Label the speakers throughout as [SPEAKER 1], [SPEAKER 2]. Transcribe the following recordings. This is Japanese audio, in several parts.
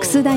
[SPEAKER 1] 楠田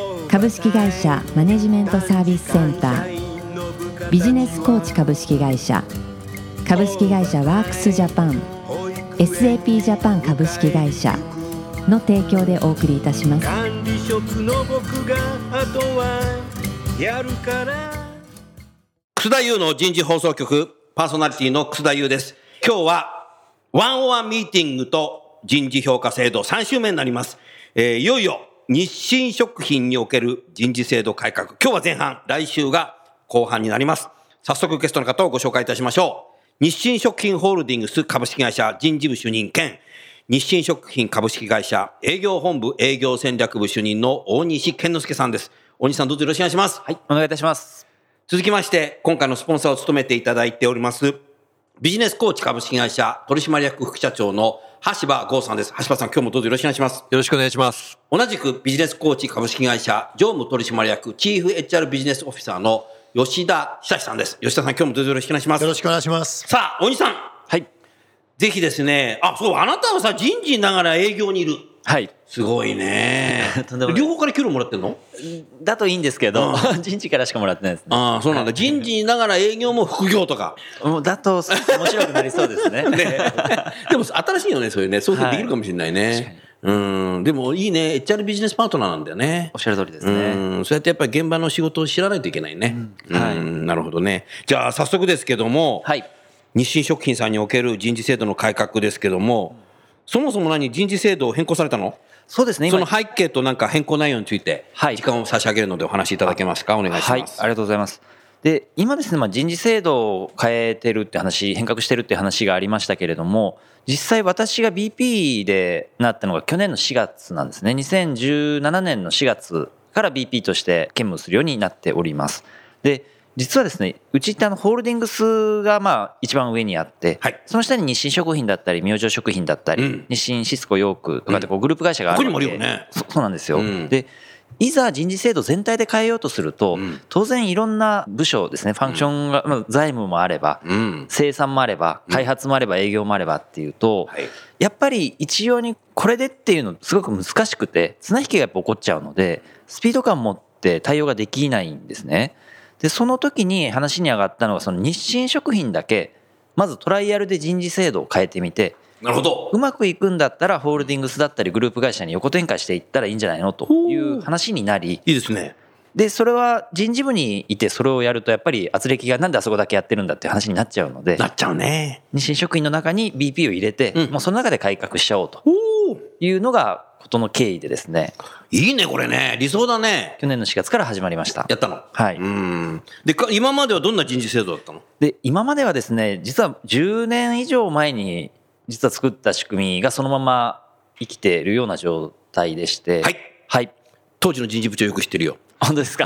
[SPEAKER 1] 株式会社マネジメントサービスセンタービジネスコーチ株式会社株式会社ワークスジャパン SAP ジャパン株式会社の提供でお送りいたします
[SPEAKER 2] 管理職の僕があとはやるから
[SPEAKER 3] 楠田優の人事放送局、パーソナリティの楠田優です。今日は、ワンオアミーティングと人事評価制度3週目になります。えーいよいよ、日清食品における人事制度改革。今日は前半、来週が後半になります。早速ゲストの方をご紹介いたしましょう。日清食品ホールディングス株式会社人事部主任兼、日清食品株式会社営業本部営業戦略部主任の大西健之介さんです。大西さんどうぞよろしくお願いします。
[SPEAKER 4] はい、お願いいたします。
[SPEAKER 3] 続きまして、今回のスポンサーを務めていただいております、ビジネスコーチ株式会社取締役副社長の橋場剛さんです。橋場さん、今日もどうぞよろしくお願いします。
[SPEAKER 5] よろしくお願いします。
[SPEAKER 3] 同じくビジネスコーチ株式会社常務取締役チーフ HR ビジネスオフィサーの吉田久志さんです。吉田さん、今日もどうぞよろしくお願いします
[SPEAKER 6] よ。ろしくお願いします。
[SPEAKER 3] さあ、大西さん、
[SPEAKER 4] はい。
[SPEAKER 3] ぜひですね、あ、そう、あなたはさ、人事ながら営業にいる。
[SPEAKER 4] はい。
[SPEAKER 3] すごいね
[SPEAKER 4] とんでも。ない
[SPEAKER 3] 両方から給料もらってんの
[SPEAKER 4] だといいんですけど、人事からしかもらってないですね。
[SPEAKER 3] ああ、そうなんだ。人事ながら営業も副業とか。
[SPEAKER 4] もうだと面白くなりそうです ね。
[SPEAKER 3] でも新しいよね、そういうね。そういうふうにできるかもしれないね。うん。でもいいね。HR ビジネスパートナーなんだよね
[SPEAKER 4] おっ。しゃる通りです
[SPEAKER 3] う
[SPEAKER 4] ね。
[SPEAKER 3] ん。そうやってやっぱり現場の仕事を知らないといけないね。うん。
[SPEAKER 4] はい
[SPEAKER 3] なるほどね。じゃあ早速ですけども、
[SPEAKER 4] はい。
[SPEAKER 3] 日清食品さんにおける人事制度の改革ですけども、そもそも何人事制度を変更されたの
[SPEAKER 4] そうですね。
[SPEAKER 3] そ
[SPEAKER 4] 今
[SPEAKER 3] の背景となんか変更内容について、
[SPEAKER 4] はい
[SPEAKER 3] 時間を差し上げるのでお話しいただけますかお願いします。
[SPEAKER 4] はい、ありがとうございます。で今ですね、まあ、人事制度を変えてるって話変革してるって話がありましたけれども実際私が BP でなったのが去年の4月なんですね2017年の4月から BP として兼務するようになっておりますで実はですねうちってあのホールディングスがまあ一番上にあって、
[SPEAKER 3] はい
[SPEAKER 4] その下に日清食品だったり明星食品だったり、
[SPEAKER 3] うん
[SPEAKER 4] 日清シスコヨークとかってこうグループ会社がある
[SPEAKER 3] ここ
[SPEAKER 4] わけ
[SPEAKER 3] にもあるよね
[SPEAKER 4] そそうなんですよ、
[SPEAKER 3] うん
[SPEAKER 4] でいざ人事制度全体で変えようとすると、
[SPEAKER 3] うん
[SPEAKER 4] 当然いろんな部署ですねファンクションが、まあ財務もあれば
[SPEAKER 3] うん。
[SPEAKER 4] 生産もあれば
[SPEAKER 3] ん
[SPEAKER 4] 開発もあれば営業もあればっていうと、
[SPEAKER 3] はい。
[SPEAKER 4] やっぱり一様にこれでっていうのすごく難しくて綱引きがやっぱ起こっちゃうのでスピード感持って対応ができないんですね。でその時に話に上がったのがその日清食品だけまずトライアルで人事制度を変えてみて
[SPEAKER 3] なるほど。
[SPEAKER 4] うまくいくんだったらホールディングスだったりグループ会社に横展開していったらいいんじゃないのという話になり
[SPEAKER 3] いいですね。
[SPEAKER 4] でそれは人事部にいてそれをやるとやっぱり圧力がなんであそこだけやってるんだっていう話になっちゃうので
[SPEAKER 3] なっちゃうね。
[SPEAKER 4] 日清職員の中に BP を入れて
[SPEAKER 3] うん
[SPEAKER 4] もうその中で改革しちゃおうと
[SPEAKER 3] おお。
[SPEAKER 4] いうのがことの経緯でですね
[SPEAKER 3] いいね、これね。理想だね。
[SPEAKER 4] 去年の4月から始まりました
[SPEAKER 3] や。ったの。、
[SPEAKER 4] はいう
[SPEAKER 3] ん。で、か今まではどんな人事制度だったの
[SPEAKER 4] で今まではですね実は10年以上前に実は作った仕組みがそのまま生きているような状態でして
[SPEAKER 3] はい、
[SPEAKER 4] はい、
[SPEAKER 3] 当時の人事部長よく知ってるよ。
[SPEAKER 4] 本当ですか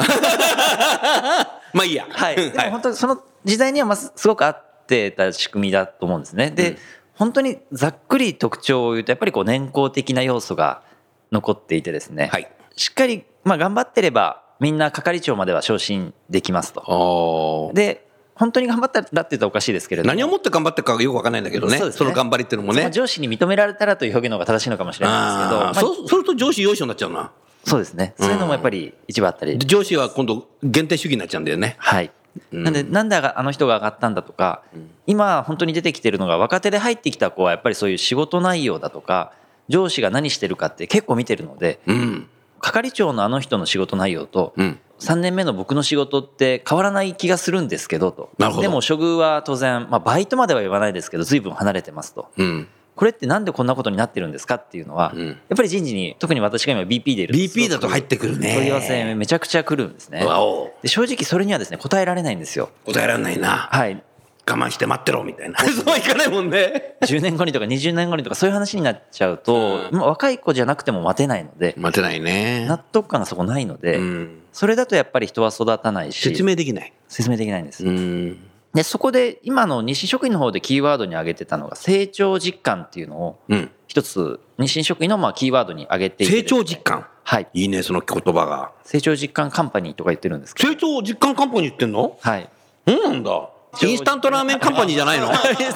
[SPEAKER 3] まあいいや。
[SPEAKER 4] はい、
[SPEAKER 3] うん
[SPEAKER 4] でも本当にその時代にはまあすすごく合ってた仕組みだと思うんですね。で、
[SPEAKER 3] うん
[SPEAKER 4] 本当にざっくり特徴を言うとやっぱりこう年功的な要素が残っていてですね、
[SPEAKER 3] はい。
[SPEAKER 4] しっかり、まあ、頑張ってればみんな係長までは昇進できますと。
[SPEAKER 3] ああ。
[SPEAKER 4] で本当に頑張ったらって言ったらおかしいですけれども
[SPEAKER 3] 何をもって頑張ってるかよくわかんないんだけどね。
[SPEAKER 4] そう
[SPEAKER 3] そ
[SPEAKER 4] ですね
[SPEAKER 3] の頑張りっていうのも
[SPEAKER 4] まあ
[SPEAKER 3] ね。
[SPEAKER 4] 上司に認められたらという表現の方が正しいのかもしれないんですけど
[SPEAKER 3] あ
[SPEAKER 4] まあ
[SPEAKER 3] あ。そうすると上司要所になっちゃうな。
[SPEAKER 4] そうですねそういうのもやっぱり一部あったり、
[SPEAKER 3] で上司は今度限定主義になっちゃうんだよね。
[SPEAKER 4] はい。なんで、なんであの人が上がったんだとか、今本当に出てきてるのが若手で入ってきた子はやっぱりそういう仕事内容だとか、上司が何してるかって結構見てるので、
[SPEAKER 3] うん。
[SPEAKER 4] 係長のあの人の仕事内容と、
[SPEAKER 3] うん。
[SPEAKER 4] 3年目の僕の仕事って変わらない気がするんですけどと。
[SPEAKER 3] なるほど
[SPEAKER 4] でも処遇は当然、まあバイトまでは言わないですけど、随分離れてますと。
[SPEAKER 3] うん。
[SPEAKER 4] これってなんでこんなことになってるんですかっていうのは、
[SPEAKER 3] うん
[SPEAKER 4] やっぱり人事に、特に私が今 BP でいるんです
[SPEAKER 3] BP だと入ってくるね。
[SPEAKER 4] 問い合わせめちゃくちゃ来るんですね。
[SPEAKER 3] わお。
[SPEAKER 4] で正直それにはですね、答えられないんですよ。
[SPEAKER 3] 答えられないな。
[SPEAKER 4] はい。
[SPEAKER 3] 我慢して待ってろみ たいなそうはいかないもんね
[SPEAKER 4] 10年後にとか20年後にとかそういう話になっちゃうと、まあ若い子じゃなくても待てないので、
[SPEAKER 3] 待てないね
[SPEAKER 4] 納得感がそこないので、
[SPEAKER 3] うん
[SPEAKER 4] それだとやっぱり人は育たないし
[SPEAKER 3] 説明できない
[SPEAKER 4] 説明できないんです、
[SPEAKER 3] うん
[SPEAKER 4] でそこで今の日清食品の方でキーワードに挙げてたのが成長実感っていうのを
[SPEAKER 3] うん
[SPEAKER 4] 一つ日清食品のまあキーワードに挙げていて
[SPEAKER 3] 成長実感
[SPEAKER 4] はい
[SPEAKER 3] いいねその言葉が
[SPEAKER 4] 成長実感カンパニーとか言ってるんですけど
[SPEAKER 3] 成長実感カンパニーってんの
[SPEAKER 4] はい
[SPEAKER 3] そうなんだインスタントラーメンカンパニーじゃ ないの
[SPEAKER 4] イン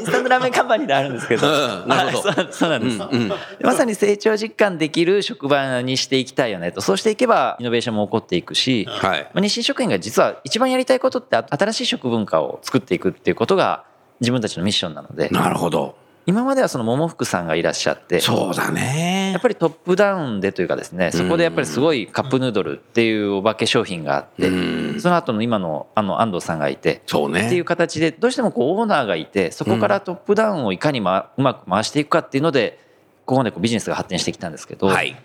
[SPEAKER 4] スタントラーメンカンパニーであるんですけど、
[SPEAKER 3] うん なるほど
[SPEAKER 4] はいそうそうなんです、
[SPEAKER 3] うんうん
[SPEAKER 4] まさに成長実感できる職場にしていきたいよねとそうしていけばイノベーションも起こっていくし、
[SPEAKER 3] はい
[SPEAKER 4] まあ日清食品が実は一番やりたいことって新しい食文化を作っていくっていうことが自分たちのミッションなので
[SPEAKER 3] なるほど
[SPEAKER 4] 今まではその桃福さんがいらっしゃって
[SPEAKER 3] そうだね
[SPEAKER 4] やっぱりトップダウンでというかですねそこでやっぱりすごいカップヌードルっていうお化け商品があって
[SPEAKER 3] うん
[SPEAKER 4] その後の今のあの安藤さんがいて
[SPEAKER 3] そうね
[SPEAKER 4] っていう形でどうしてもこうオーナーがいてそこからトップダウンをいかに、ま、うまく回していくかっていうのでここまでこうビジネスが発展してきたんですけど、
[SPEAKER 3] はい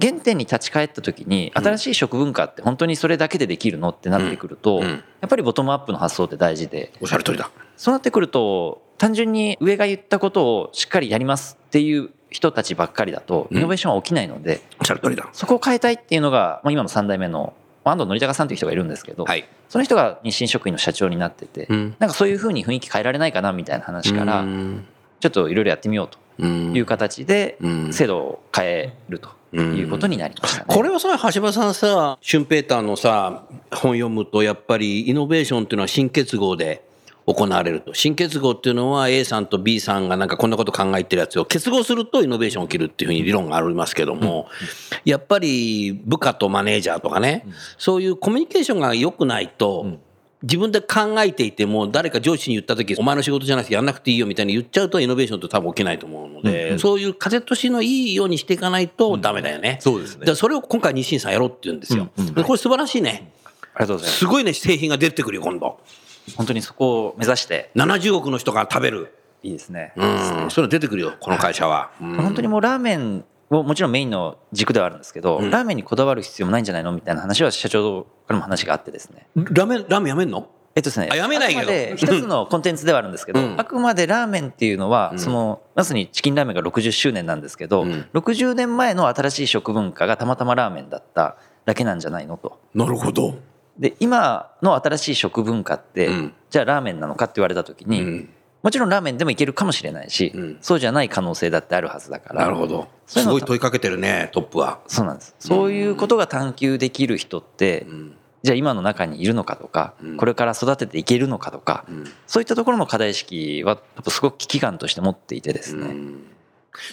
[SPEAKER 4] 原点に立ち返った時に新しい食文化って本当にそれだけでできるのってなってくる
[SPEAKER 3] う
[SPEAKER 4] と、
[SPEAKER 3] んうん
[SPEAKER 4] やっぱりボトムアップの発想って大事で
[SPEAKER 3] おっしゃる通りだ
[SPEAKER 4] そうなってくると単純に上が言ったことをしっかりやりますっていう人たちばっかりだと
[SPEAKER 3] うん
[SPEAKER 4] イノベーションは起きないので、
[SPEAKER 3] おっしゃる通りだ
[SPEAKER 4] そこを変えたいっていうのが、まあ、今の3代目のまあ安藤則高さんという人がいるんですけど、
[SPEAKER 3] はい
[SPEAKER 4] その人が日清食品の社長になってて、
[SPEAKER 3] うん
[SPEAKER 4] なんかそういうふうに雰囲気変えられないかなみたいな話から、
[SPEAKER 3] うん
[SPEAKER 4] ちょっといろいろやってみようと
[SPEAKER 3] うん
[SPEAKER 4] いう形で
[SPEAKER 3] うん
[SPEAKER 4] 制度を変えるということになりましたね。
[SPEAKER 3] これはさ橋場さんさシュンペーターのさ本読むとやっぱりイノベーションっていうのは新結合で行われると新結合っていうのは A さんと B さんがなんかこんなこと考えてるやつを結合するとイノベーション起きるっていうふうに理論がありますけども、やっぱり部下とマネージャーとかね、そういうコミュニケーションが良くないと、自分で考えていても誰か上司に言った時お前の仕事じゃなくてやんなくていいよみたいに言っちゃうとイノベーションって多分起きないと思うので、そういう風通しのいいようにしていかないとダメだよね、
[SPEAKER 5] そうですね
[SPEAKER 3] だからそれを今回日清さんやろうって言うんですよ、でこれ素晴らしいね
[SPEAKER 4] ありがとうございます
[SPEAKER 3] ごいね製品が出てくるよ今度
[SPEAKER 4] す。本当にそこを目指して
[SPEAKER 3] 70億の人が食べる
[SPEAKER 4] いいですね。
[SPEAKER 3] うんそういうの出てくるよこの会社は、うん
[SPEAKER 4] 本当にもうラーメンをもちろんメインの軸ではあるんですけど、ラーメンにこだわる必要もないんじゃないのみたいな話は社長からも話があってですね。
[SPEAKER 3] ラーメンラーメンやめんの
[SPEAKER 4] えっとですね、
[SPEAKER 3] あやめないけど
[SPEAKER 4] あくまで一つのコンテンツではあるんですけど、
[SPEAKER 3] うん
[SPEAKER 4] あくまでラーメンっていうのは、そのまさにチキンラーメンが60周年なんですけど、
[SPEAKER 3] ん
[SPEAKER 4] 60年前の新しい食文化がたまたまラーメンだっただけなんじゃないのと。
[SPEAKER 3] なるほど
[SPEAKER 4] で今の新しい食文化って、
[SPEAKER 3] うん
[SPEAKER 4] じゃあラーメンなのかって言われた時に、
[SPEAKER 3] ん
[SPEAKER 4] もちろんラーメンでもいけるかもしれないし、
[SPEAKER 3] うん
[SPEAKER 4] そうじゃない可能性だってあるはずだから
[SPEAKER 3] なるほどす
[SPEAKER 4] そういうの
[SPEAKER 3] ごい問いかけてるねトップは
[SPEAKER 4] そうなんですそういうことが探求できる人って、
[SPEAKER 3] うん
[SPEAKER 4] じゃあ今の中にいるのかとか、
[SPEAKER 3] ん
[SPEAKER 4] これから育てていけるのかとか、
[SPEAKER 3] ん
[SPEAKER 4] そういったところの課題意識はやっぱすごく危機感として持っていてですね、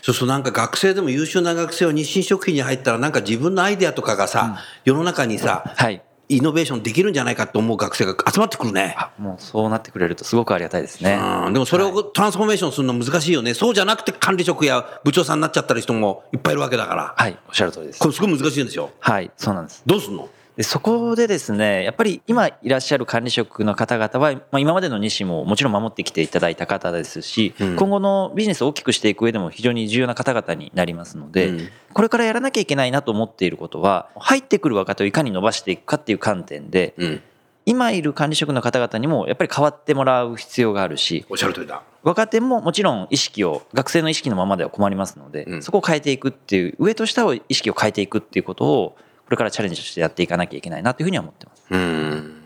[SPEAKER 3] そうそうなんか学生でも優秀な学生は日清食品に入ったらなんか自分のアイデアとかがさ、世の中にさ
[SPEAKER 4] はい
[SPEAKER 3] イノベーションできるんじゃないかって思う学生が集まってくるね。
[SPEAKER 4] あもうそうなってくれるとすごくありがたいですね、
[SPEAKER 3] うん、でもそれをトランスフォーメーションするの難しいよね、そうじゃなくて管理職や部長さんになっちゃったり人もいっぱいいるわけだから、
[SPEAKER 4] はいおっしゃる通りです
[SPEAKER 3] これすごい難しいんですよ。
[SPEAKER 4] はいそうなんです
[SPEAKER 3] どうすんの
[SPEAKER 4] でそこでですねやっぱり今いらっしゃる管理職の方々は、まあ、今までの西ももちろん守ってきていただいた方ですし、今後のビジネスを大きくしていく上でも非常に重要な方々になりますので、
[SPEAKER 3] うん
[SPEAKER 4] これからやらなきゃいけないなと思っていることは入ってくる若手をいかに伸ばしていくかっていう観点で、
[SPEAKER 3] うん、
[SPEAKER 4] 今いる管理職の方々にもやっぱり変わってもらう必要があるし
[SPEAKER 3] おっしゃる通りだ。
[SPEAKER 4] 若手ももちろん意識を学生の意識のままでは困りますので、
[SPEAKER 3] うん
[SPEAKER 4] そこを変えていくっていう上と下を意識を変えていくっていうことをこれからチャレンジとしてやっていかなきゃいけないなというふうには思ってます。
[SPEAKER 3] うん、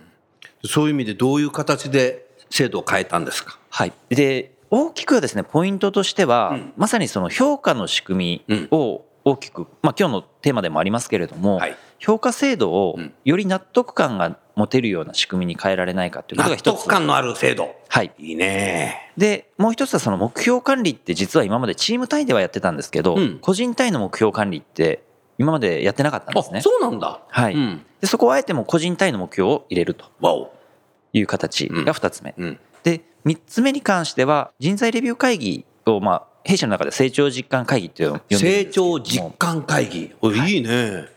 [SPEAKER 3] そういう意味でどういう形で制度を変えたんですか。
[SPEAKER 4] はい、で大きくはですねポイントとしては、まさにその評価の仕組みを大きく、まあ、今日のテーマでもありますけれども、
[SPEAKER 3] はい
[SPEAKER 4] 評価制度を
[SPEAKER 3] うん
[SPEAKER 4] より納得感が持てるような仕組みに変えられないかということが
[SPEAKER 3] 納
[SPEAKER 4] 一
[SPEAKER 3] 得
[SPEAKER 4] つ。
[SPEAKER 3] 感のある制度。
[SPEAKER 4] はい、
[SPEAKER 3] いいね。
[SPEAKER 4] でもう一つはその目標管理って実は今までチーム単位ではやってたんですけど、
[SPEAKER 3] うん
[SPEAKER 4] 個人単位の目標管理って今までやってなかったんですね。
[SPEAKER 3] そうなんだ。
[SPEAKER 4] はい
[SPEAKER 3] うん、
[SPEAKER 4] でそこをあえてもう個人単位の目標を入れると
[SPEAKER 3] わお。
[SPEAKER 4] いう形が2つ目。
[SPEAKER 3] うん
[SPEAKER 4] で3つ目に関しては人材レビュー会議をまあ弊社の中で成長実感会議というのを呼んでるんですけ
[SPEAKER 3] 成
[SPEAKER 4] れど
[SPEAKER 3] 長
[SPEAKER 4] も
[SPEAKER 3] 実感会議。おいいね。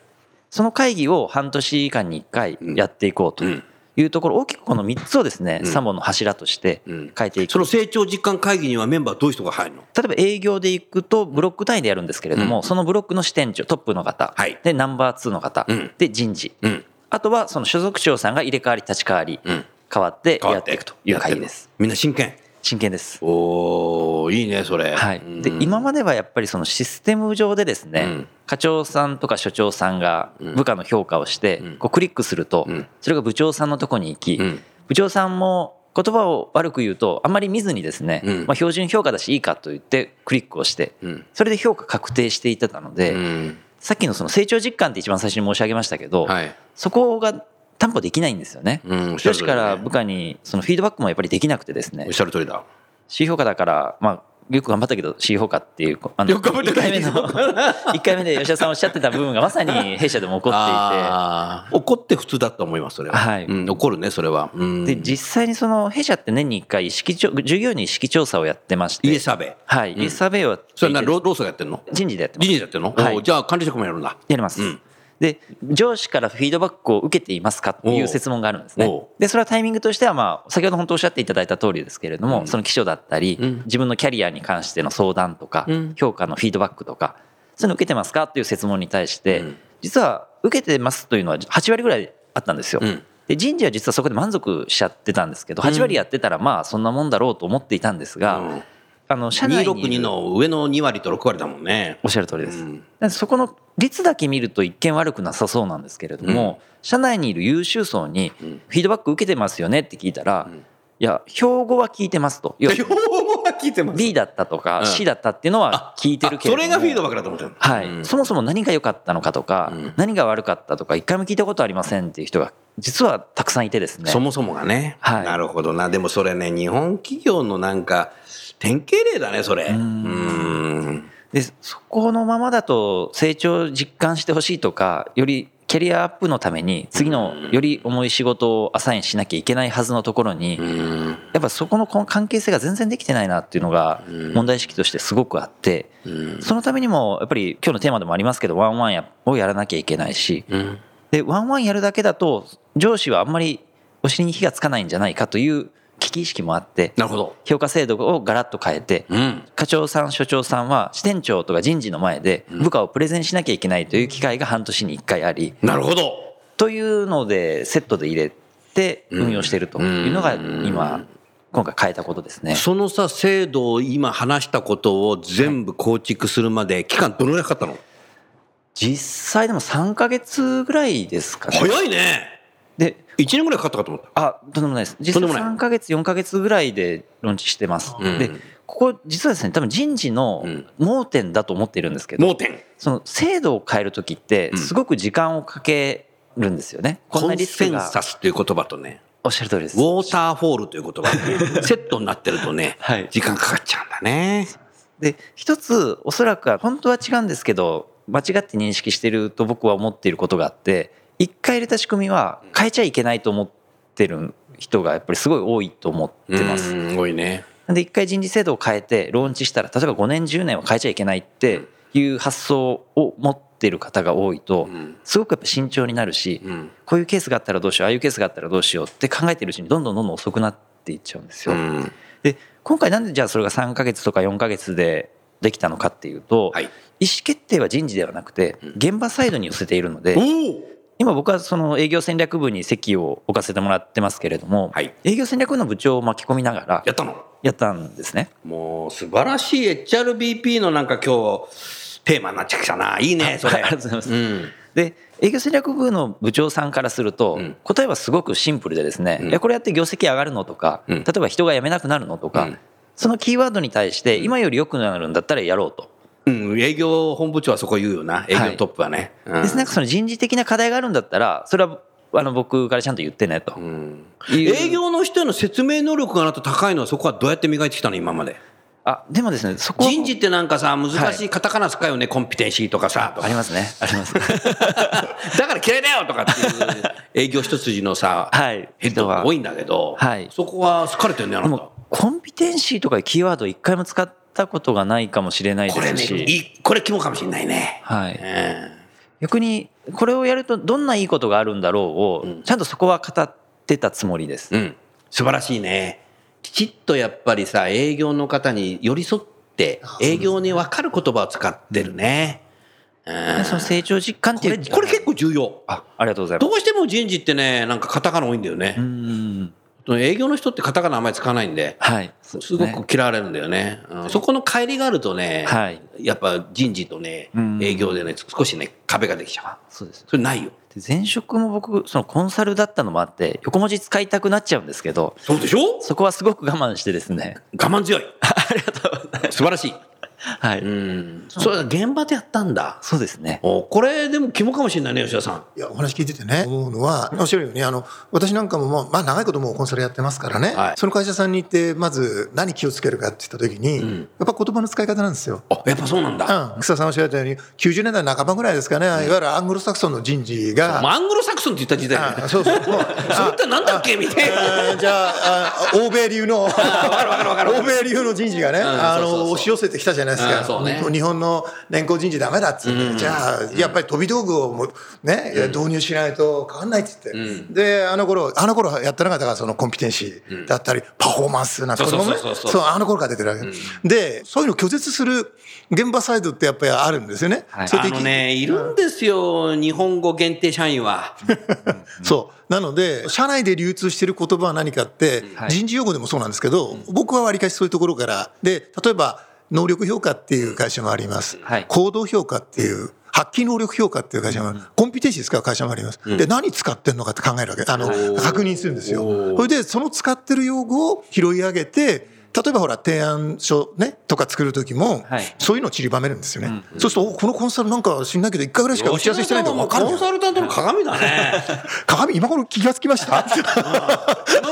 [SPEAKER 4] その会議を半年間に1回やっていこうと
[SPEAKER 3] うん
[SPEAKER 4] いうところ大きくこの3つをですね
[SPEAKER 3] うん
[SPEAKER 4] 3本の柱として
[SPEAKER 3] うん
[SPEAKER 4] 変えていく
[SPEAKER 3] その成長実感会議にはメンバーどういう人が入るの
[SPEAKER 4] 例えば営業で行くとブロック単位でやるんですけれど
[SPEAKER 3] う
[SPEAKER 4] も、
[SPEAKER 3] ん
[SPEAKER 4] そのブロックの支店長トップの方、
[SPEAKER 3] はい
[SPEAKER 4] でナンバー2の方、
[SPEAKER 3] うん
[SPEAKER 4] で人事、
[SPEAKER 3] うん
[SPEAKER 4] あとはその所属長さんが入れ替わり立ち替わり、
[SPEAKER 3] うん
[SPEAKER 4] 変わって
[SPEAKER 3] 変わ
[SPEAKER 4] やっていくという会議です。
[SPEAKER 3] みんな真剣。
[SPEAKER 4] 真剣です。
[SPEAKER 3] おおいいね、それ。
[SPEAKER 4] はい、で今まではやっぱりそのシステム上でですね、
[SPEAKER 3] うん
[SPEAKER 4] 課長さんとか所長さんが
[SPEAKER 3] うん
[SPEAKER 4] 部下の評価をして、
[SPEAKER 3] うん
[SPEAKER 4] こうクリックすると、
[SPEAKER 3] うん
[SPEAKER 4] それが部長さんのとこに行き、
[SPEAKER 3] うん
[SPEAKER 4] 部長さんも言葉を悪く言うとあんまり見ずにですね、
[SPEAKER 3] うん
[SPEAKER 4] まあ、標準評価だしいいかと言ってクリックをして
[SPEAKER 3] うん。
[SPEAKER 4] それで評価確定していってたので、
[SPEAKER 3] うん。
[SPEAKER 4] さっきのその成長実感って一番最初に申し上げましたけど、
[SPEAKER 3] はい。
[SPEAKER 4] そこが担保できないんですよね。
[SPEAKER 3] うん。おっしゃ
[SPEAKER 4] 上
[SPEAKER 3] る通
[SPEAKER 4] 司
[SPEAKER 3] り
[SPEAKER 4] か
[SPEAKER 3] だ
[SPEAKER 4] ら
[SPEAKER 3] ね
[SPEAKER 4] 部下にそのフィードバックもやっぱりできなくてですね
[SPEAKER 3] おっしゃる通りだ。
[SPEAKER 4] C 評価だから、まあ、よく頑張ったけど C 評価っていうあの
[SPEAKER 3] よく頑張った
[SPEAKER 4] 1
[SPEAKER 3] けど
[SPEAKER 4] 回目の一回目で吉田さんおっしゃってた部分がまさに弊社でも起こっ
[SPEAKER 3] あー怒って普通だと思います、それは。
[SPEAKER 4] はい
[SPEAKER 3] うん、怒るね、それは。うん。
[SPEAKER 4] ていてで実際にその弊社って年に1回意識調従業員に意識調査をやってまして
[SPEAKER 3] イエサベ。
[SPEAKER 4] はい、イエスサーベイをやっていて
[SPEAKER 3] それはな、ロローソンがやってんの
[SPEAKER 4] 人事でやってます
[SPEAKER 3] 人事でやってんの、
[SPEAKER 4] はい
[SPEAKER 3] おーじゃあ管理職もやるんだ。
[SPEAKER 4] やります、
[SPEAKER 3] うん
[SPEAKER 4] で上司からフィードバックを受けていますかってい
[SPEAKER 3] おう
[SPEAKER 4] う設問があるんです
[SPEAKER 3] おう
[SPEAKER 4] ねでそれはタイミングとしては、まあ、先ほど本当おっしゃっていただいた通りですけれど
[SPEAKER 3] う
[SPEAKER 4] も、
[SPEAKER 3] ん
[SPEAKER 4] その秘書だったり、
[SPEAKER 3] うん
[SPEAKER 4] 自分のキャリアに関しての相談とか、
[SPEAKER 3] うん
[SPEAKER 4] 評価のフィードバックとかそういうの受けてますかっていう設問に対して、
[SPEAKER 3] うん
[SPEAKER 4] 実は受けてますというのは8割ぐらいあったんですよ、
[SPEAKER 3] うん
[SPEAKER 4] で人事は実はそこで満足しちゃってたんですけど8割やってたらまあそんなもんだろうと思っていたんですが、
[SPEAKER 3] うん
[SPEAKER 4] あの社内にい
[SPEAKER 3] 262
[SPEAKER 4] る
[SPEAKER 3] の上の2割と6割だもんね。
[SPEAKER 4] おっしゃる通りです、
[SPEAKER 3] うん
[SPEAKER 4] でそこの率だけ見ると一見悪くなさそうなんですけれども、社内にいる優秀層にフ
[SPEAKER 3] ん
[SPEAKER 4] ィードバック受けてますよねって聞いたら、
[SPEAKER 3] うん
[SPEAKER 4] いや標語は聞いてますと要は
[SPEAKER 3] 標語は聞いてます。
[SPEAKER 4] B だったと
[SPEAKER 3] うん
[SPEAKER 4] か C だったっていうのは聞いてるけれども
[SPEAKER 3] あそれがフィードバックだと思ってる
[SPEAKER 4] はい
[SPEAKER 3] うん
[SPEAKER 4] そもそも何が良かったのかとか、
[SPEAKER 3] うん
[SPEAKER 4] 何が悪かったとか一回も聞いたことありませんっていう人が実はたくさんいてですね
[SPEAKER 3] そもそもがね、
[SPEAKER 4] はい
[SPEAKER 3] なるほどなでもそれね日本企業のなんか典型例だねそれうーん
[SPEAKER 4] んでそこのままだと成長を実感してほしいとかよりキャリアアップのために次のより重い仕事をアサインしなきゃいけないはずのところに
[SPEAKER 3] うーん
[SPEAKER 4] やっぱそこのこの関係性が全然できてないなっていうのが
[SPEAKER 3] うん
[SPEAKER 4] 問題意識としてすごくあって
[SPEAKER 3] うん
[SPEAKER 4] そのためにもやっぱり今日のテーマでもありますけどワンワンやをやらなきゃいけないし
[SPEAKER 3] うん
[SPEAKER 4] でワンワンやるだけだと上司はあんまりお尻に火がつかないんじゃないかという危機意識もあって
[SPEAKER 3] なるほど
[SPEAKER 4] 評価制度をガラッと変えて
[SPEAKER 3] うん
[SPEAKER 4] 課長さん所長さんは支店長とか人事の前で部下をプレゼンしなきゃいけないという機会が半年に1回あり
[SPEAKER 3] なるほど
[SPEAKER 4] というのでセットで入れて運用しているというのが今今回変えたことですね。
[SPEAKER 3] そのさ制度を今話したことを全部構築するまで期間どのぐらいかかったの
[SPEAKER 4] 実際でも3ヶ月ぐらいですかね。
[SPEAKER 3] 早いね
[SPEAKER 4] で
[SPEAKER 3] 1年ぐらいかかったかと思った
[SPEAKER 4] あとんでもないです
[SPEAKER 3] とん
[SPEAKER 4] 実
[SPEAKER 3] で
[SPEAKER 4] 際
[SPEAKER 3] もない
[SPEAKER 4] 3ヶ月4ヶ月ぐらいでローンチしてます、
[SPEAKER 3] うん
[SPEAKER 4] でここ実はですね多分人事の
[SPEAKER 3] うん
[SPEAKER 4] 盲点だと思っているんですけど、
[SPEAKER 3] 盲点
[SPEAKER 4] その制度を変える時って
[SPEAKER 3] ん
[SPEAKER 4] すごく時間をかけるんですよね、こん
[SPEAKER 3] コ
[SPEAKER 4] な
[SPEAKER 3] ン
[SPEAKER 4] リスク
[SPEAKER 3] セン
[SPEAKER 4] が
[SPEAKER 3] サスっていう言葉とね
[SPEAKER 4] おっしゃる通りで
[SPEAKER 3] ウ
[SPEAKER 4] す
[SPEAKER 3] ォーターフォールという言葉がねセットになってるとね、
[SPEAKER 4] はい
[SPEAKER 3] 時間かかっちゃうんだね
[SPEAKER 4] で一つおそらくは本当は違うんですけど間違って認識してると僕は思っていることがあって一回入れた仕組みは変えちゃいけないと思ってる人がやっぱりすごい多いと思ってます。
[SPEAKER 3] うん多いね
[SPEAKER 4] なんで一回人事制度を変えてローンチしたら例えば5年10年は変えちゃいけないっていう発想を持ってる方が多いと
[SPEAKER 3] うん
[SPEAKER 4] すごくやっぱ慎重になるし
[SPEAKER 3] うん
[SPEAKER 4] こういうケースがあったらどうしようああいうケースがあったらどうしようって考えてるうちにどんどんどんどん遅くなっていっちゃうんです
[SPEAKER 3] う
[SPEAKER 4] よ。
[SPEAKER 3] ん
[SPEAKER 4] で今回なんでじゃあそれが3ヶ月とか4ヶ月でできたのかっていうと、
[SPEAKER 3] はい
[SPEAKER 4] 意思決定は人事ではなくて現場サイドに寄せているので、
[SPEAKER 3] おお
[SPEAKER 4] 今僕はその営業戦略部に席を置かせてもらってますけれども、
[SPEAKER 3] はい
[SPEAKER 4] 営業戦略部の部長を巻き込みながら
[SPEAKER 3] やったの
[SPEAKER 4] やったんですね。
[SPEAKER 3] もう素晴らしい HRBP のなんか今日テーマになってきたないいねそれ
[SPEAKER 4] ありがとうございます
[SPEAKER 3] うん
[SPEAKER 4] で営業戦略部の部長さんからすると、
[SPEAKER 3] うん
[SPEAKER 4] 答えはすごくシンプルでですね、
[SPEAKER 3] うん
[SPEAKER 4] いやこれやって業績上がるのとか、
[SPEAKER 3] うん
[SPEAKER 4] 例えば人が辞めなくなるのとか、
[SPEAKER 3] うん
[SPEAKER 4] そのキーワードに対して今より良くなるんだったらやろうと。
[SPEAKER 3] うん、営業本部長はそこ言うよな営業トップはね、うん
[SPEAKER 4] ですなんかその人事的な課題があるんだったらそれはあの僕からちゃんと言ってねと
[SPEAKER 3] う、ん
[SPEAKER 4] いう
[SPEAKER 3] 営業の人への説明能力があなた高いのはそこはどうやって磨いてきたの今まで
[SPEAKER 4] あでもですねそこは
[SPEAKER 3] 人事ってなんかさ難し
[SPEAKER 4] はい
[SPEAKER 3] カタカナ使うよね、コンピテンシーとかさとか
[SPEAKER 4] ありますねあり ます
[SPEAKER 3] だから嫌いだよとかっていう営業一筋のさ、
[SPEAKER 4] はい
[SPEAKER 3] ヘッドが多いんだけど、
[SPEAKER 4] はい
[SPEAKER 3] そこは好かれてるねあ
[SPEAKER 4] で
[SPEAKER 3] な
[SPEAKER 4] も
[SPEAKER 3] た
[SPEAKER 4] コンピテンシーとかいうキーワード一回も使ったことがないかもしれない
[SPEAKER 3] これ
[SPEAKER 4] で
[SPEAKER 3] ね
[SPEAKER 4] すし、
[SPEAKER 3] いいこれ肝かもしれないね、
[SPEAKER 4] はい、
[SPEAKER 3] え
[SPEAKER 4] 逆にこれをやるとどんないいことがあるんだろうを、ちゃんとそこは語ってたつもりです、
[SPEAKER 3] えうん素晴らしいねきちっとやっぱりさ営業の方に寄り添って営業に分かる言葉を使ってるね、うん
[SPEAKER 4] でその成長実感っ
[SPEAKER 3] こ
[SPEAKER 4] てい
[SPEAKER 3] れ
[SPEAKER 4] う
[SPEAKER 3] これ結構重要
[SPEAKER 4] あありがとうございます
[SPEAKER 3] どうしても人事ってねなんかカタカナ多いんだよね、
[SPEAKER 4] うん
[SPEAKER 3] 営業の人ってカタカナあんまり使わないんで、
[SPEAKER 4] はい。そうです
[SPEAKER 3] す
[SPEAKER 4] ね
[SPEAKER 3] ごく嫌われるんだよね。うんそこの乖離があるとね、
[SPEAKER 4] はい。
[SPEAKER 3] やっぱ人事とね
[SPEAKER 4] うん、
[SPEAKER 3] 営業でね、少しね、壁ができちゃ
[SPEAKER 4] そうです
[SPEAKER 3] う。。それないよ。
[SPEAKER 4] で前職も僕、そのコンサルだったのもあって、横文字使いたくなっちゃうんですけど、
[SPEAKER 3] そうでしょ
[SPEAKER 4] そこはすごく我慢してですね。
[SPEAKER 3] 我慢 強い。ありがとう素晴らしい。。
[SPEAKER 4] はいう
[SPEAKER 3] ん。それは現場でやったんだ。
[SPEAKER 4] そうですね。
[SPEAKER 3] おこれでも肝かもしれないね、吉田さん。
[SPEAKER 5] いやお話聞いててね思うのはおっしゃるようにあの私なんかも、まあ、まあ長いこともうコンサルやってますからね、
[SPEAKER 3] はい
[SPEAKER 5] その会社さんに行ってまず何気をつけるかって言った時に、
[SPEAKER 3] うん
[SPEAKER 5] やっぱ言葉の使い方なんですよ。
[SPEAKER 3] あ、やっぱそうなんだ。
[SPEAKER 5] うん、草さんおっしゃったように90年代半ばぐらいですかね、いわゆるアングロサクソンの人事が、
[SPEAKER 3] もうアングロサクソンって言った時代だよね
[SPEAKER 5] あそうそうもう
[SPEAKER 3] それってなんだっけみたいな。
[SPEAKER 5] あーじゃああー欧米流の欧米流の人事がね、あ
[SPEAKER 3] そうそうそう
[SPEAKER 5] の押し寄せてきたじゃないです
[SPEAKER 3] うん
[SPEAKER 5] か、
[SPEAKER 3] そうね
[SPEAKER 5] 日本の年功人事ダメだっつって、じゃあやっぱり飛び道具をもうね、導入しないと変わんないっつって、
[SPEAKER 3] う
[SPEAKER 5] であの頃あの頃やってなかったからそのコンピテンシーだったり、パフォーマンスなんて
[SPEAKER 3] そうそう
[SPEAKER 5] これもね
[SPEAKER 3] そうそうそう
[SPEAKER 5] そうあの頃から出てるわけ、でそういうの拒絶する現場サイドってやっぱりあるんですよね、
[SPEAKER 4] はい
[SPEAKER 5] それ
[SPEAKER 3] あ
[SPEAKER 5] で
[SPEAKER 3] のね、いるんですよ、日本語限定社員は。
[SPEAKER 5] そう。なので、社内で流通している言葉は何かって
[SPEAKER 4] はい、
[SPEAKER 5] 人事用語でもそうなんですけど、僕はわりかしそういうところから、で、例えば、能力評価っていう会社もあります。
[SPEAKER 4] はい
[SPEAKER 5] 行動評価っていう、発揮能力評価っていう会社もある。コンピテンシー使う会社もあります。で、何使ってんのかって考えるわけ。あの、確認するんですよ。それで、その使ってる用語を拾い上げて、例えばほら、提案書ね、とか作る時も、
[SPEAKER 4] はい
[SPEAKER 5] そういうのを散りばめるんですよね。そうすると、おこのコンサルなんか知んないけど、一回ぐらいしか打ち合わせしてないとか分かん
[SPEAKER 3] コ
[SPEAKER 5] ない
[SPEAKER 3] ン。サルタントの鏡だね。
[SPEAKER 5] 鏡、今頃気がつきました
[SPEAKER 3] 今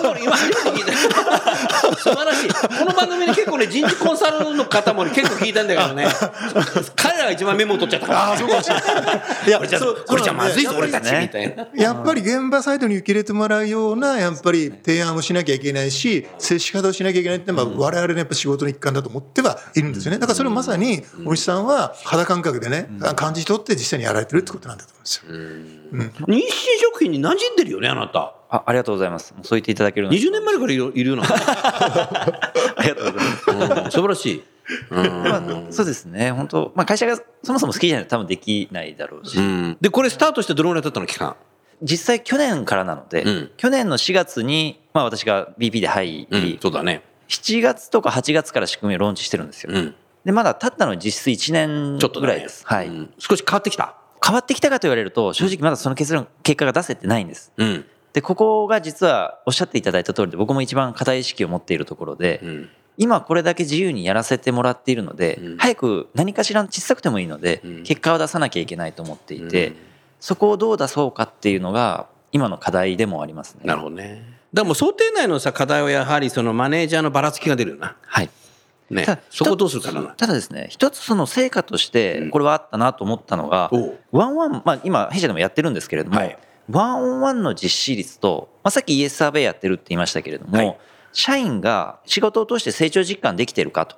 [SPEAKER 3] 頃今初めて聞いた。素晴らしい。この番組で結構ね、人事コンサルの方もね結構聞いたんだけど ね。彼らが一番メモを取っちゃったから。
[SPEAKER 5] ああ、そうかもしれない。いや
[SPEAKER 3] これじゃ、
[SPEAKER 5] そう
[SPEAKER 3] これじゃまずいぞ、
[SPEAKER 5] そう
[SPEAKER 3] 俺
[SPEAKER 5] なんで
[SPEAKER 3] たち、みたいな。
[SPEAKER 5] やっぱり現場サイドに受け入れてもらうような、やっぱり提案をしなきゃいけないし、接し方をしなきゃいけないっていうのは、我々のやっぱ仕事の一環だと思ってはいるんですよね。だからそれをまさに、おじさんは肌感覚でね、感じ取って実際にやられてるってことなんだと思うんですよ。
[SPEAKER 3] 日清食品に馴染んでるよね、あなた。
[SPEAKER 4] あありがとうございます。そう言っていただけるの
[SPEAKER 3] 20年前からいるいるような。
[SPEAKER 4] ありがとうございます。
[SPEAKER 3] うん素晴らしい。うん
[SPEAKER 4] そう ですね。本当まあ会社がそもそも好きじゃないと多分できないだろうし、
[SPEAKER 3] うんで、これスタートしてどのぐらい経ったの、期間。
[SPEAKER 4] 実際去年からなので、
[SPEAKER 3] うん
[SPEAKER 4] 去年の4月に、まあ私が BP で入り、
[SPEAKER 3] うんそうだね。
[SPEAKER 4] 7月とか8月から仕組みをローンチしてるんですよ。
[SPEAKER 3] うん
[SPEAKER 4] で、まだ経ったのは実質1年
[SPEAKER 3] ちょっと
[SPEAKER 4] ぐ
[SPEAKER 3] だね
[SPEAKER 4] らいです。はい、
[SPEAKER 3] うん少し変わってきた。
[SPEAKER 4] 変わってきたかと言われると、正直まだその結論、結果が出せてないんです。
[SPEAKER 3] うん。
[SPEAKER 4] で、ここが実はおっしゃっていただいた通りで、僕も一番固い意識を持っているところで、
[SPEAKER 3] うん
[SPEAKER 4] 今これだけ自由にやらせてもらっているので、
[SPEAKER 3] うん
[SPEAKER 4] 早く何かしら小さくてもいいので、
[SPEAKER 3] うん
[SPEAKER 4] 結果を出さなきゃいけないと思っていて、そこをどう出そうかっていうのが今の課題でもありますね。
[SPEAKER 3] なるほどね。だからもう想定内のさ課題はやはりそのマネージャーのばらつきが出るよな。
[SPEAKER 4] はい、
[SPEAKER 3] ね
[SPEAKER 4] ただ。
[SPEAKER 3] そこをどうするかだ
[SPEAKER 4] 一
[SPEAKER 3] な
[SPEAKER 4] つ。ただですね一つその成果としてこれはあったなと思ったのが、
[SPEAKER 3] おう
[SPEAKER 4] ワンワン、まあ、今弊社でもやってるんですけれども、
[SPEAKER 3] はい
[SPEAKER 4] ワンオンワンの実施率と、まあ、さっきイエスサーベイやってるって言いましたけれども、
[SPEAKER 3] はい
[SPEAKER 4] 社員が仕事を通して成長実感できてるかと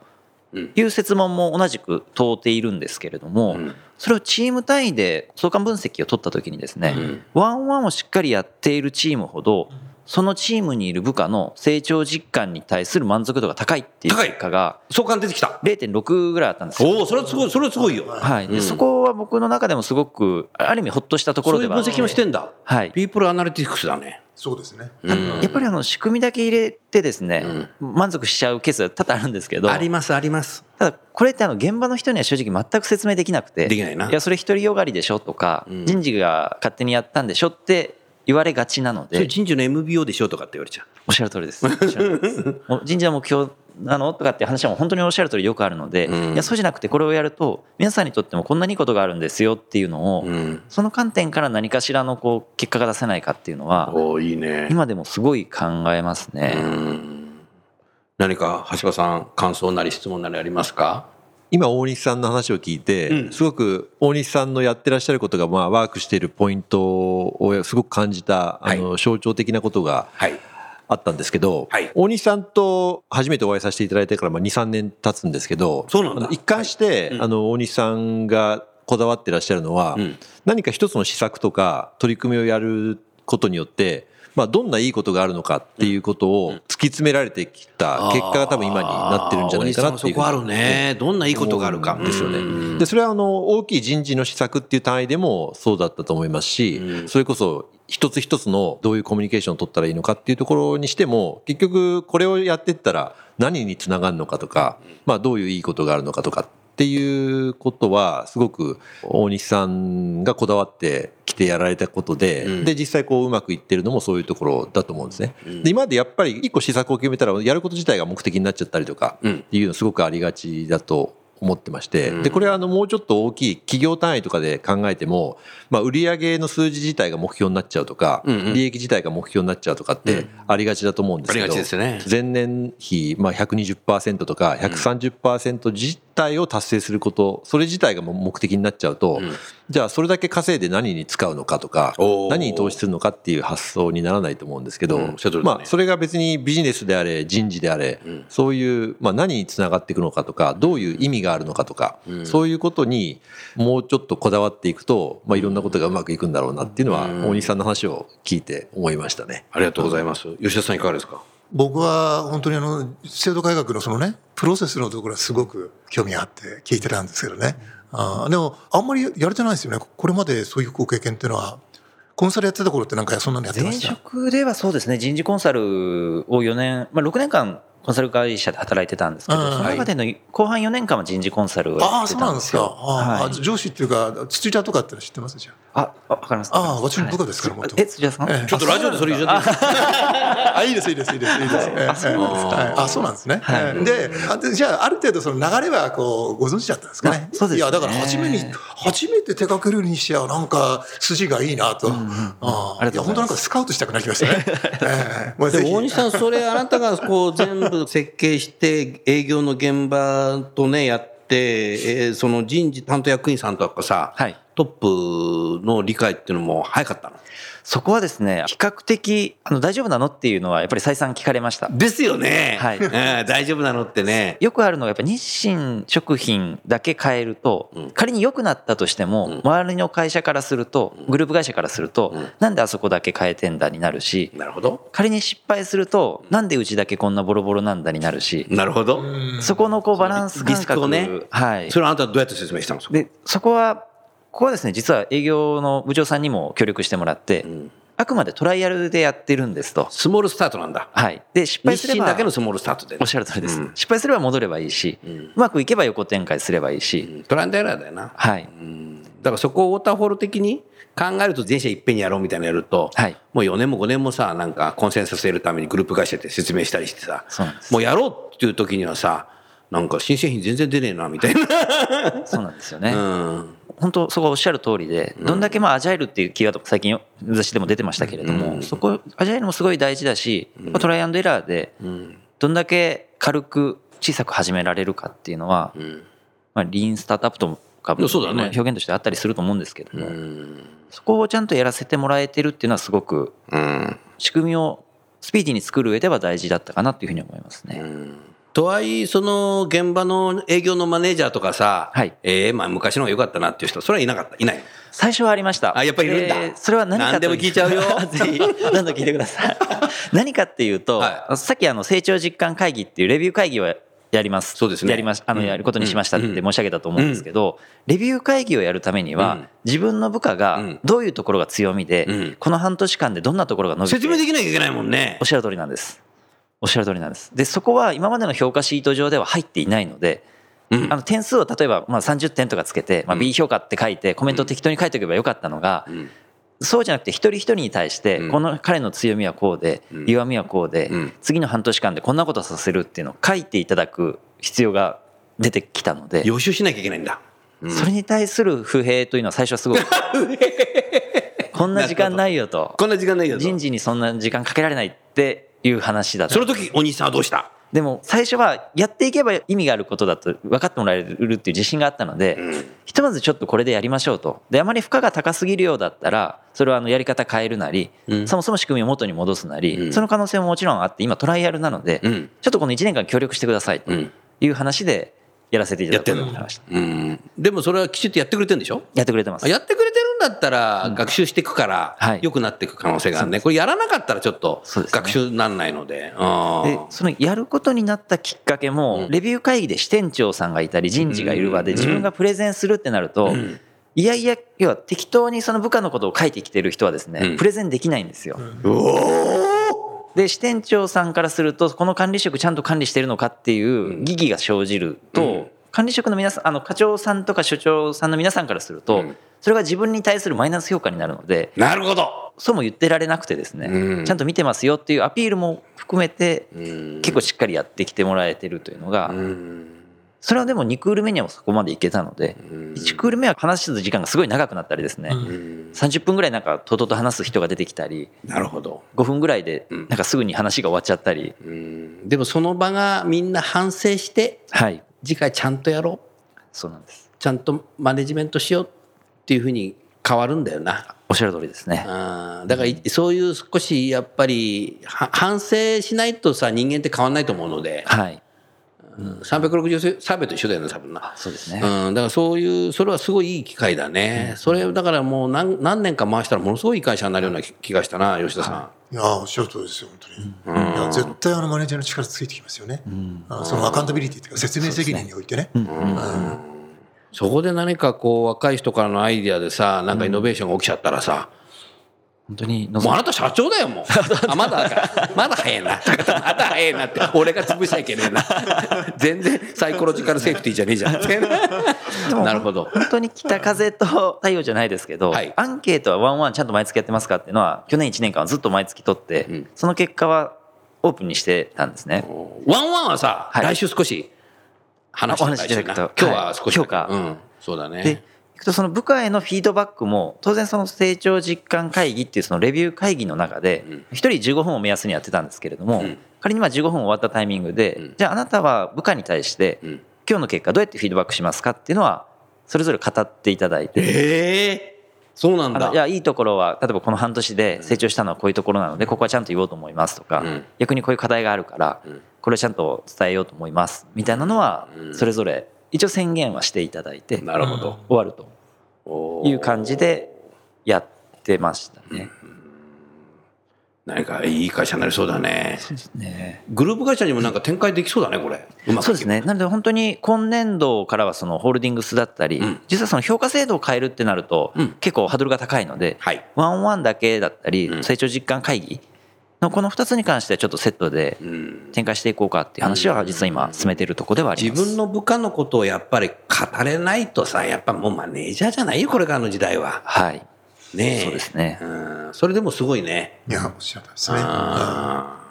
[SPEAKER 3] うん
[SPEAKER 4] いう設問も同じく問うているんですけれども、
[SPEAKER 3] うん
[SPEAKER 4] それをチーム単位で相関分析を取った時にですね、
[SPEAKER 3] うん
[SPEAKER 4] ワンオンワンをしっかりやっているチームほどそのチームにいる部下の成長実感に対する満足度が高いっていう
[SPEAKER 3] 高い
[SPEAKER 4] 結果が
[SPEAKER 3] 相関出てきた。
[SPEAKER 4] 0.6ぐらいあったんですよ。
[SPEAKER 3] おお、それはすごい、それはすごいよ。
[SPEAKER 4] はい、で
[SPEAKER 3] うん
[SPEAKER 4] そこは僕の中でもすごくある意味ほっとしたとこ
[SPEAKER 3] そ
[SPEAKER 4] ろ
[SPEAKER 3] うい
[SPEAKER 4] で
[SPEAKER 3] う
[SPEAKER 4] は
[SPEAKER 3] 分
[SPEAKER 4] あって
[SPEAKER 3] 析もしてんだ。
[SPEAKER 4] はい、
[SPEAKER 3] ピープルアナリティクスだね。
[SPEAKER 5] そうですね。
[SPEAKER 3] うん
[SPEAKER 4] やっぱりあの仕組みだけ入れてですね、満足しちゃうケースが多々あるんですけど
[SPEAKER 3] あります、あります。
[SPEAKER 4] ただこれってあの現場の人には正直全く説明できなくて
[SPEAKER 3] できないない
[SPEAKER 4] やそれ独りよがりでしょとか、
[SPEAKER 3] うん
[SPEAKER 4] 人事が勝手にやったんでしょって言われがちなの
[SPEAKER 3] それ
[SPEAKER 4] で
[SPEAKER 3] 人事の MBO でしょとかって言われちゃう。
[SPEAKER 4] おっしゃる通りですおっしゃる通 りですもう人事の目標なのとかって話はもう本当におっしゃる通りよくあるので、
[SPEAKER 3] うん
[SPEAKER 4] いやそうじゃなくてこれをやると皆さんにとってもこんないいことがあるんですよっていうのを、
[SPEAKER 3] うん。
[SPEAKER 4] その観点から何かしらのこう結果が出せないかっていうのは
[SPEAKER 3] おお、いいね。
[SPEAKER 4] 今でもすごい考えますね。
[SPEAKER 3] うん何か橋場さん、感想なり質問なりありますか。
[SPEAKER 6] 今大西さんの話を聞いて、
[SPEAKER 3] うん
[SPEAKER 6] すごく大西さんのやってらっしゃることが、まあ、ワークしているポイントをすごく感じた、あの象徴的なことが
[SPEAKER 3] はい。
[SPEAKER 6] あったんですけど、
[SPEAKER 3] はい
[SPEAKER 6] 大西さんと初めてお会いさせていただいてからまあ23年経つんですけど
[SPEAKER 3] そうなんだ
[SPEAKER 6] あの一貫して、
[SPEAKER 3] うん
[SPEAKER 6] あの大西さんがこだわってらっしゃるのは、
[SPEAKER 3] うん
[SPEAKER 6] 何か一つの施策とか取り組みをやることによってまあ、どんないいことがあるのかっていうことを突き詰められてきた結果が多分今になってるんじゃないかなっていうふうに
[SPEAKER 3] あー大西さんもそこあるね。どんないいことがあるか。
[SPEAKER 6] です
[SPEAKER 3] う
[SPEAKER 6] よ
[SPEAKER 3] ん
[SPEAKER 6] ね。で、それはあの大きい人事の施策っていう単位でもそうだったと思いますし、それこそ一つ一つのどういうコミュニケーションを取ったらいいのかっていうところにしても、結局これをやってったら何につながるのかとか、まあどういういいことがあるのかとかっていうことはすごく大西さんがこだわってきてやられたことで、
[SPEAKER 3] うん
[SPEAKER 6] で実際こううまくいってるのもそういうところだと思うんですね。で今までやっぱり一個施策を決めたらやること自体が目的になっちゃったりとか
[SPEAKER 3] うん
[SPEAKER 6] っていうのすごくありがちだと思ってまして、でこれはあのもうちょっと大きい企業単位とかで考えても、まあ、売上の数字自体が目標になっちゃうとか、
[SPEAKER 3] うんうん
[SPEAKER 6] 利益自体が目標になっちゃうとかってありがちだと思うんですけど、
[SPEAKER 3] ありがちですよね
[SPEAKER 6] 前年比、まあ、120%とか130%自体を達成することそれ自体がもう目的になっちゃうと、
[SPEAKER 3] ん
[SPEAKER 6] じゃあそれだけ稼いで何に使うのかとか
[SPEAKER 3] おー
[SPEAKER 6] 何に投資するのかっていう発想にならないと思うんですけど、
[SPEAKER 3] うんおっしゃる通りですね
[SPEAKER 6] まあ、それが別にビジネスであれ人事であれ、そういう、まあ、何につながっていくのかとかどういう意味があるのかとか、そういうことにもうちょっとこだわっていくと、まあ、いろんなことがうまくいくんだろうなっていうのは、大西さんの話を聞いて思いましたね。
[SPEAKER 3] ありがとうございます。吉田さんいかがですか。
[SPEAKER 5] 僕は本当にあの制度改革のそのねプロセスのところはすごく興味があって聞いてたんですけどねあーでもあんまりやれてないですよねこれまでそういうご経験っていうのはコンサルやってた頃ってなんかそんなのやってま
[SPEAKER 4] 前
[SPEAKER 5] した
[SPEAKER 4] 職ではそうですね人事コンサルを4年、まあ、6年間コンサル会社で働いてたんですけど、
[SPEAKER 5] うん
[SPEAKER 4] その中での後半4年間は人事コンサルを
[SPEAKER 5] あ
[SPEAKER 4] や
[SPEAKER 5] あ
[SPEAKER 4] って
[SPEAKER 5] そう
[SPEAKER 4] た
[SPEAKER 5] なんん
[SPEAKER 4] で
[SPEAKER 5] です
[SPEAKER 4] す
[SPEAKER 5] か、
[SPEAKER 4] よ
[SPEAKER 5] あ
[SPEAKER 4] は
[SPEAKER 5] ー
[SPEAKER 4] い
[SPEAKER 5] 上司っていうか土田とかっての知ってますじゃん
[SPEAKER 4] ああわかります
[SPEAKER 5] ああ私の部下ですから
[SPEAKER 4] はい
[SPEAKER 5] 元々
[SPEAKER 4] え土田さん、
[SPEAKER 5] ええ
[SPEAKER 3] ちょっとラジオでそれ言っちゃっていいですか。
[SPEAKER 5] あいいですいいですいいですいいです。ええええあそうなんですか。あそうなんですね。ええであでじゃあある程度その流れはこうご存知だったんですかね
[SPEAKER 4] ま。あそうです
[SPEAKER 5] い
[SPEAKER 4] ね
[SPEAKER 5] やだから初めに初めて手掛けるにしてはなんか筋がいいなと。あ
[SPEAKER 4] ありが
[SPEAKER 5] い
[SPEAKER 4] と
[SPEAKER 5] や
[SPEAKER 4] うございます
[SPEAKER 5] 本当なんかスカウトしたくなりましたね。 ええまあ
[SPEAKER 3] で
[SPEAKER 5] ぜひ
[SPEAKER 3] も大西さん、それあなたがこう全部設計して営業の現場とね、やって、えーその人事担当役員さんとかさ、
[SPEAKER 4] はい
[SPEAKER 3] トップの理解っていうのも早かったの。
[SPEAKER 4] そこはですね比較的あの大丈夫なのっていうのはやっぱり再三聞かれました
[SPEAKER 3] ですよね。
[SPEAKER 4] はい
[SPEAKER 3] うん大丈夫なのってね。
[SPEAKER 4] よくあるのはやっぱ日清食品だけ変えると
[SPEAKER 3] うん
[SPEAKER 4] 仮に良くなったとして
[SPEAKER 3] うん
[SPEAKER 4] も周りの会社からするとグループ会社からすると
[SPEAKER 3] うん
[SPEAKER 4] なんであそこだけ変えてんだになるし
[SPEAKER 3] なるほど。
[SPEAKER 4] 仮に失敗するとなんでうちだけこんなボロボロなんだになるし
[SPEAKER 3] なるほど。
[SPEAKER 4] そこのこうバランス感
[SPEAKER 3] リスク
[SPEAKER 4] 覚
[SPEAKER 3] をね
[SPEAKER 4] はい
[SPEAKER 3] それはあなたはどうやって説明したんですか
[SPEAKER 4] でそこはここはですね実は営業の部長さんにも協力してもらって
[SPEAKER 3] ん
[SPEAKER 4] あくまでトライアルでやってるんですと
[SPEAKER 3] スモールスタートなんだ。
[SPEAKER 4] はいで失敗
[SPEAKER 3] 日
[SPEAKER 4] すれ
[SPEAKER 3] 清
[SPEAKER 4] ば
[SPEAKER 3] だけのスモールスタートで
[SPEAKER 4] おっ。しゃる通りです、
[SPEAKER 3] うん
[SPEAKER 4] 失敗すれば戻ればいいし、
[SPEAKER 3] う
[SPEAKER 4] うんまくいけば横展開すればいいうし、
[SPEAKER 3] んトライアンドエラーだよな。
[SPEAKER 4] はい
[SPEAKER 3] うんだからそこをウォーターフォール的に考えると全社いっぺんにやろうみたいなのやると、
[SPEAKER 4] はい
[SPEAKER 3] もう4年も5年もさなんかコンセンサス得るためにグループ会社って説明したりしてさ
[SPEAKER 4] そうなんです
[SPEAKER 3] もうやろうっていう時にはさなんか新製品全然出ねえなみたいな、
[SPEAKER 4] そうなんですよね、
[SPEAKER 3] うん、
[SPEAKER 4] 本当そこはおっしゃる通りで、どんだけまあアジャイルっていうキーワードも最近よ雑誌でも出てましたけれども、
[SPEAKER 3] うん
[SPEAKER 4] そこアジャイルもすごい大事だし、まあトライアンドエラーで
[SPEAKER 3] うん
[SPEAKER 4] どんだけ軽く小さく始められるかっていうのは、
[SPEAKER 3] うん
[SPEAKER 4] まあ、リーンスタートアップとか
[SPEAKER 3] いやそうだね
[SPEAKER 4] まあ表現としてあったりすると思うんですけど
[SPEAKER 3] う
[SPEAKER 4] も、
[SPEAKER 3] ん
[SPEAKER 4] そこをちゃんとやらせてもらえてるっていうのはすごく
[SPEAKER 3] うん
[SPEAKER 4] 仕組みをスピーディーに作る上では大事だったかなというふうに思いますね。
[SPEAKER 3] とはいえその現場の営業のマネージャーとかさ、
[SPEAKER 4] はい
[SPEAKER 3] えーまあ、昔の方が良かったなっていう人それはいなかったいない
[SPEAKER 4] 最初はありました。
[SPEAKER 3] あやっぱりいるんだ
[SPEAKER 4] でそれは何かとう
[SPEAKER 3] 何でも聞いちゃうよ
[SPEAKER 4] ぜひ、何度も聞いてくだ さい。何かっていうと、
[SPEAKER 3] は
[SPEAKER 4] さっきあの成長実感会議っていうレビュー会議をやります。
[SPEAKER 3] そうですね
[SPEAKER 4] やります。あの、
[SPEAKER 3] うん
[SPEAKER 4] やることにしましたっ
[SPEAKER 3] うん
[SPEAKER 4] て申し上げたと思うんですけど、レビュー会議をやるためには、
[SPEAKER 3] うん
[SPEAKER 4] 自分の部下
[SPEAKER 3] う
[SPEAKER 4] が
[SPEAKER 3] ん
[SPEAKER 4] どういうところが強みで、
[SPEAKER 3] うん
[SPEAKER 4] この半年間でどんなところが伸びて
[SPEAKER 3] 説明できなきゃいけないもんね
[SPEAKER 4] おっしゃる通りなんです。おっしゃる通りなんです。で、そこは今までの評価シート上では入っていないので、
[SPEAKER 3] うん
[SPEAKER 4] あの点数を例えばまあ30点とかつけて、まあ、
[SPEAKER 3] うん
[SPEAKER 4] B 評価って書いてコメントを適当に書いておけばよかったのが、
[SPEAKER 3] ん
[SPEAKER 4] そうじゃなくて一人一人に対して
[SPEAKER 3] うん
[SPEAKER 4] この彼の強みはこうで、
[SPEAKER 3] うん
[SPEAKER 4] 弱みはこうで、
[SPEAKER 3] うん
[SPEAKER 4] 次の半年間でこんなことさせるっていうのを書いていただく必要が出てきたので、
[SPEAKER 3] 予習しなきゃいけないんだ
[SPEAKER 4] それに対する不平というのは最初 はすごくこんな時間ないよと
[SPEAKER 3] こんな時間ないよと
[SPEAKER 4] 人事にそんな時間かけられないっていう話だった
[SPEAKER 3] その時お兄さんはどうした
[SPEAKER 4] でも最初はやっていけば意味があることだと分かってもらえるっていう自信があったので、ひとまずちょっとこれでやりましょうとであまり負荷が高すぎるようだったらそれはあのやり方変えるなり、
[SPEAKER 3] うん
[SPEAKER 4] そもそも仕組みを元に戻すなり、
[SPEAKER 3] うん
[SPEAKER 4] その可能性ももちろんあって今トライアルなので、
[SPEAKER 3] うん
[SPEAKER 4] ちょっとこの1年間協力してくださいと
[SPEAKER 3] うん
[SPEAKER 4] いう話でやらせていただくこと
[SPEAKER 3] やって
[SPEAKER 4] に
[SPEAKER 3] んだ
[SPEAKER 4] なりました
[SPEAKER 3] うんでもそれはきちっとやってくれてるんでしょ
[SPEAKER 4] やってくれてます
[SPEAKER 3] あやってくれてるんだったら学習していくから、
[SPEAKER 4] はい
[SPEAKER 3] 良くなっていく可能性があるね。これやらなかったらちょっと
[SPEAKER 4] そうですね
[SPEAKER 3] 学習にならないので。あ
[SPEAKER 4] で
[SPEAKER 3] ー
[SPEAKER 4] そのやることになったきっかけも、
[SPEAKER 3] うん
[SPEAKER 4] レビュー会議で支店長さんがいたり人事がいる場で自分がプレゼンするってなると、
[SPEAKER 3] うん
[SPEAKER 4] いやいや要は適当にその部下のことを書いてきてる人はですね、
[SPEAKER 3] うん
[SPEAKER 4] プレゼンできないんですよ。で支店長さんからするとこの管理職ちゃんと管理してるのかっていう疑義が生じると、
[SPEAKER 3] うん
[SPEAKER 4] 管理職の皆さんあの課長さんとか所長さんの皆さんからすると、
[SPEAKER 3] うん
[SPEAKER 4] それが自分に対するマイナス評価になるので
[SPEAKER 3] なるほど、
[SPEAKER 4] そうも言ってられなくてですね、
[SPEAKER 3] うん
[SPEAKER 4] ちゃんと見てますよっていうアピールも含めて
[SPEAKER 3] うん
[SPEAKER 4] 結構しっかりやってきてもらえてるというのが、
[SPEAKER 3] うん
[SPEAKER 4] それはでも2クール目にはそこまでいけたので、
[SPEAKER 3] うん
[SPEAKER 4] 1クール目は話してた時間がすごい長くなったりですね、
[SPEAKER 5] うん
[SPEAKER 3] うん
[SPEAKER 4] 30分ぐらいなんかとうとうと話す人が出てきたり
[SPEAKER 3] なるほど、
[SPEAKER 4] 5分ぐらいで
[SPEAKER 3] う
[SPEAKER 4] なんんかすぐに話が終わっちゃったり、
[SPEAKER 3] うんでもその場がみんな反省して
[SPEAKER 4] はい
[SPEAKER 3] 次回ちゃんとやろう
[SPEAKER 4] そうなんです
[SPEAKER 3] ちゃんとマネジメントしようっていうふうに変わるんだよな。
[SPEAKER 4] おっしゃる通りですね
[SPEAKER 3] あーだからいそういう少しやっぱりは反省しないとさ人間って変わんないと思うので、
[SPEAKER 4] はい
[SPEAKER 3] 360サーベイと一緒だよね多分な。
[SPEAKER 4] そうですね、
[SPEAKER 3] うん、だからそういうそれはすごいいい機会だね、それだからもう何何年か回したらものすごいいい会社になるような気気がしたな吉田さ
[SPEAKER 5] いやーおっしゃる通りですよ本当に、いや絶対あのマネージャーの力ついてきますよね、あそのアカウンタビリティというか説明責任においてね
[SPEAKER 3] ん、そこで何かこう若い人からのアイディアでさなんかイノベーションが起きちゃったらさ、
[SPEAKER 4] 本当に
[SPEAKER 3] もうあ
[SPEAKER 4] 望む
[SPEAKER 3] なた社長だよ もうあまだかまだ早いなまだ早いな って俺が潰しちゃいけねえな全然サイコロジカルセーフティーじゃねえじゃん なるほど
[SPEAKER 4] 本当に北風と太陽じゃないですけど、
[SPEAKER 3] はい
[SPEAKER 4] アンケートはワンワンちゃんと毎月やってますかっていうのは去年1年間はずっと毎月取って、
[SPEAKER 3] うん
[SPEAKER 4] その結果はオープンにしてたんですね。
[SPEAKER 3] ワンワンはさ、
[SPEAKER 4] はい
[SPEAKER 3] 来週少し話していただきたいな
[SPEAKER 4] お話しいただくと
[SPEAKER 3] 今日は少しだけ、
[SPEAKER 4] はい
[SPEAKER 3] うん、そうだね
[SPEAKER 4] でいくとその部下へのフィードバックも当然その成長実感会議っていうそのレビュー会議の中で
[SPEAKER 3] うん
[SPEAKER 4] 1人15分を目安にやってたんですけれども
[SPEAKER 3] うん
[SPEAKER 4] 仮にまあ15分終わったタイミング
[SPEAKER 3] うん
[SPEAKER 4] でじゃああなたは部下に対して
[SPEAKER 3] うん
[SPEAKER 4] 今日の結果どうやってフィードバックしますかっていうのはそれぞれ語っていただいて
[SPEAKER 3] ええそうなん
[SPEAKER 4] あ
[SPEAKER 3] だ
[SPEAKER 4] のいやいいところは例えばこの半年で成長したのはこういうところなのでここはちゃんと言おうと思いますとか
[SPEAKER 3] うん
[SPEAKER 4] 逆にこういう課題があるから
[SPEAKER 3] うん
[SPEAKER 4] これをちゃんと伝えようと思いますみたいなのは
[SPEAKER 3] うん
[SPEAKER 4] それぞれ一応宣言はしていただいて終
[SPEAKER 3] なるほど、
[SPEAKER 4] わると
[SPEAKER 3] おー
[SPEAKER 4] いう感じでやってましたね。
[SPEAKER 3] 何かいい会社になりそうだねグループ会社にもなんか展開できそうだねこれうまくいけば
[SPEAKER 4] そうですねなので本当に今年度からはそのホールディングスだったり、
[SPEAKER 3] うん
[SPEAKER 4] 実はその評価制度を変えるってなると、
[SPEAKER 3] うん
[SPEAKER 4] 結構ハードルが高いので、
[SPEAKER 3] はい
[SPEAKER 4] ワンオンワンだけだったり、
[SPEAKER 3] うん
[SPEAKER 4] 成長実感会議のこの2つに関してはちょっとセットで
[SPEAKER 3] うん
[SPEAKER 4] 展開していこうかっていう話は実は今進めてるとこではあり
[SPEAKER 3] 自
[SPEAKER 4] ま
[SPEAKER 3] 分
[SPEAKER 4] す。
[SPEAKER 3] の部下のことをやっぱり語れないとさやっぱもうマネージャーじゃないよこれからの時代は
[SPEAKER 4] はい、
[SPEAKER 3] ねえ
[SPEAKER 4] そうですね
[SPEAKER 3] うんそれでもすごいね
[SPEAKER 5] いやおっしゃる通りですね
[SPEAKER 3] あー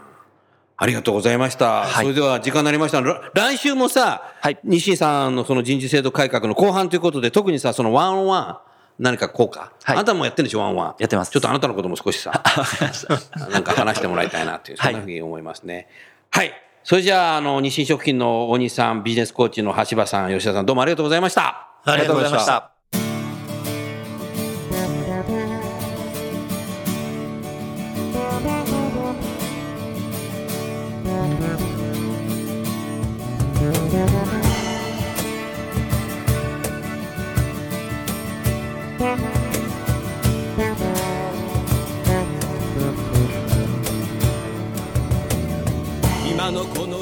[SPEAKER 3] ありがとうございました、それでは時間になりましたら来週もさ、
[SPEAKER 4] はい
[SPEAKER 3] 西井さんのその人事制度改革の後半ということで特にさそのワンオンワン何か効果、
[SPEAKER 4] は
[SPEAKER 3] あ
[SPEAKER 4] い
[SPEAKER 3] なたもやってるでしょワンオンワン
[SPEAKER 4] やってます
[SPEAKER 3] ちょっとあなたのことも少し さなんか話してもらいたいなっていうそんなふうに思いますねはい、それじゃああの日清食品の大西さんビジネスコーチの橋場さん吉田さんどうもありがとうございました
[SPEAKER 5] ありがとうございました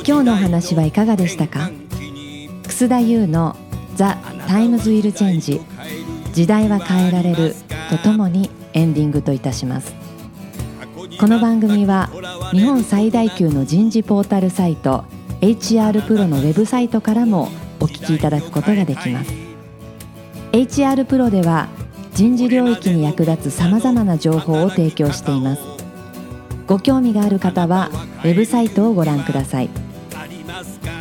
[SPEAKER 1] 今日のお話はいかがでしたか楠田優の「ザ・タイムズ・ウィル・チェンジ時代は変えられる」とともにエンディングといたしますこの番組は日本最大級の人事ポータルサイト HR プロのウェブサイトからもお聞きいただくことができます HR プロでは人事領域に役立つさまざまな情報を提供していますご興味がある方はウェブサイトをご覧ください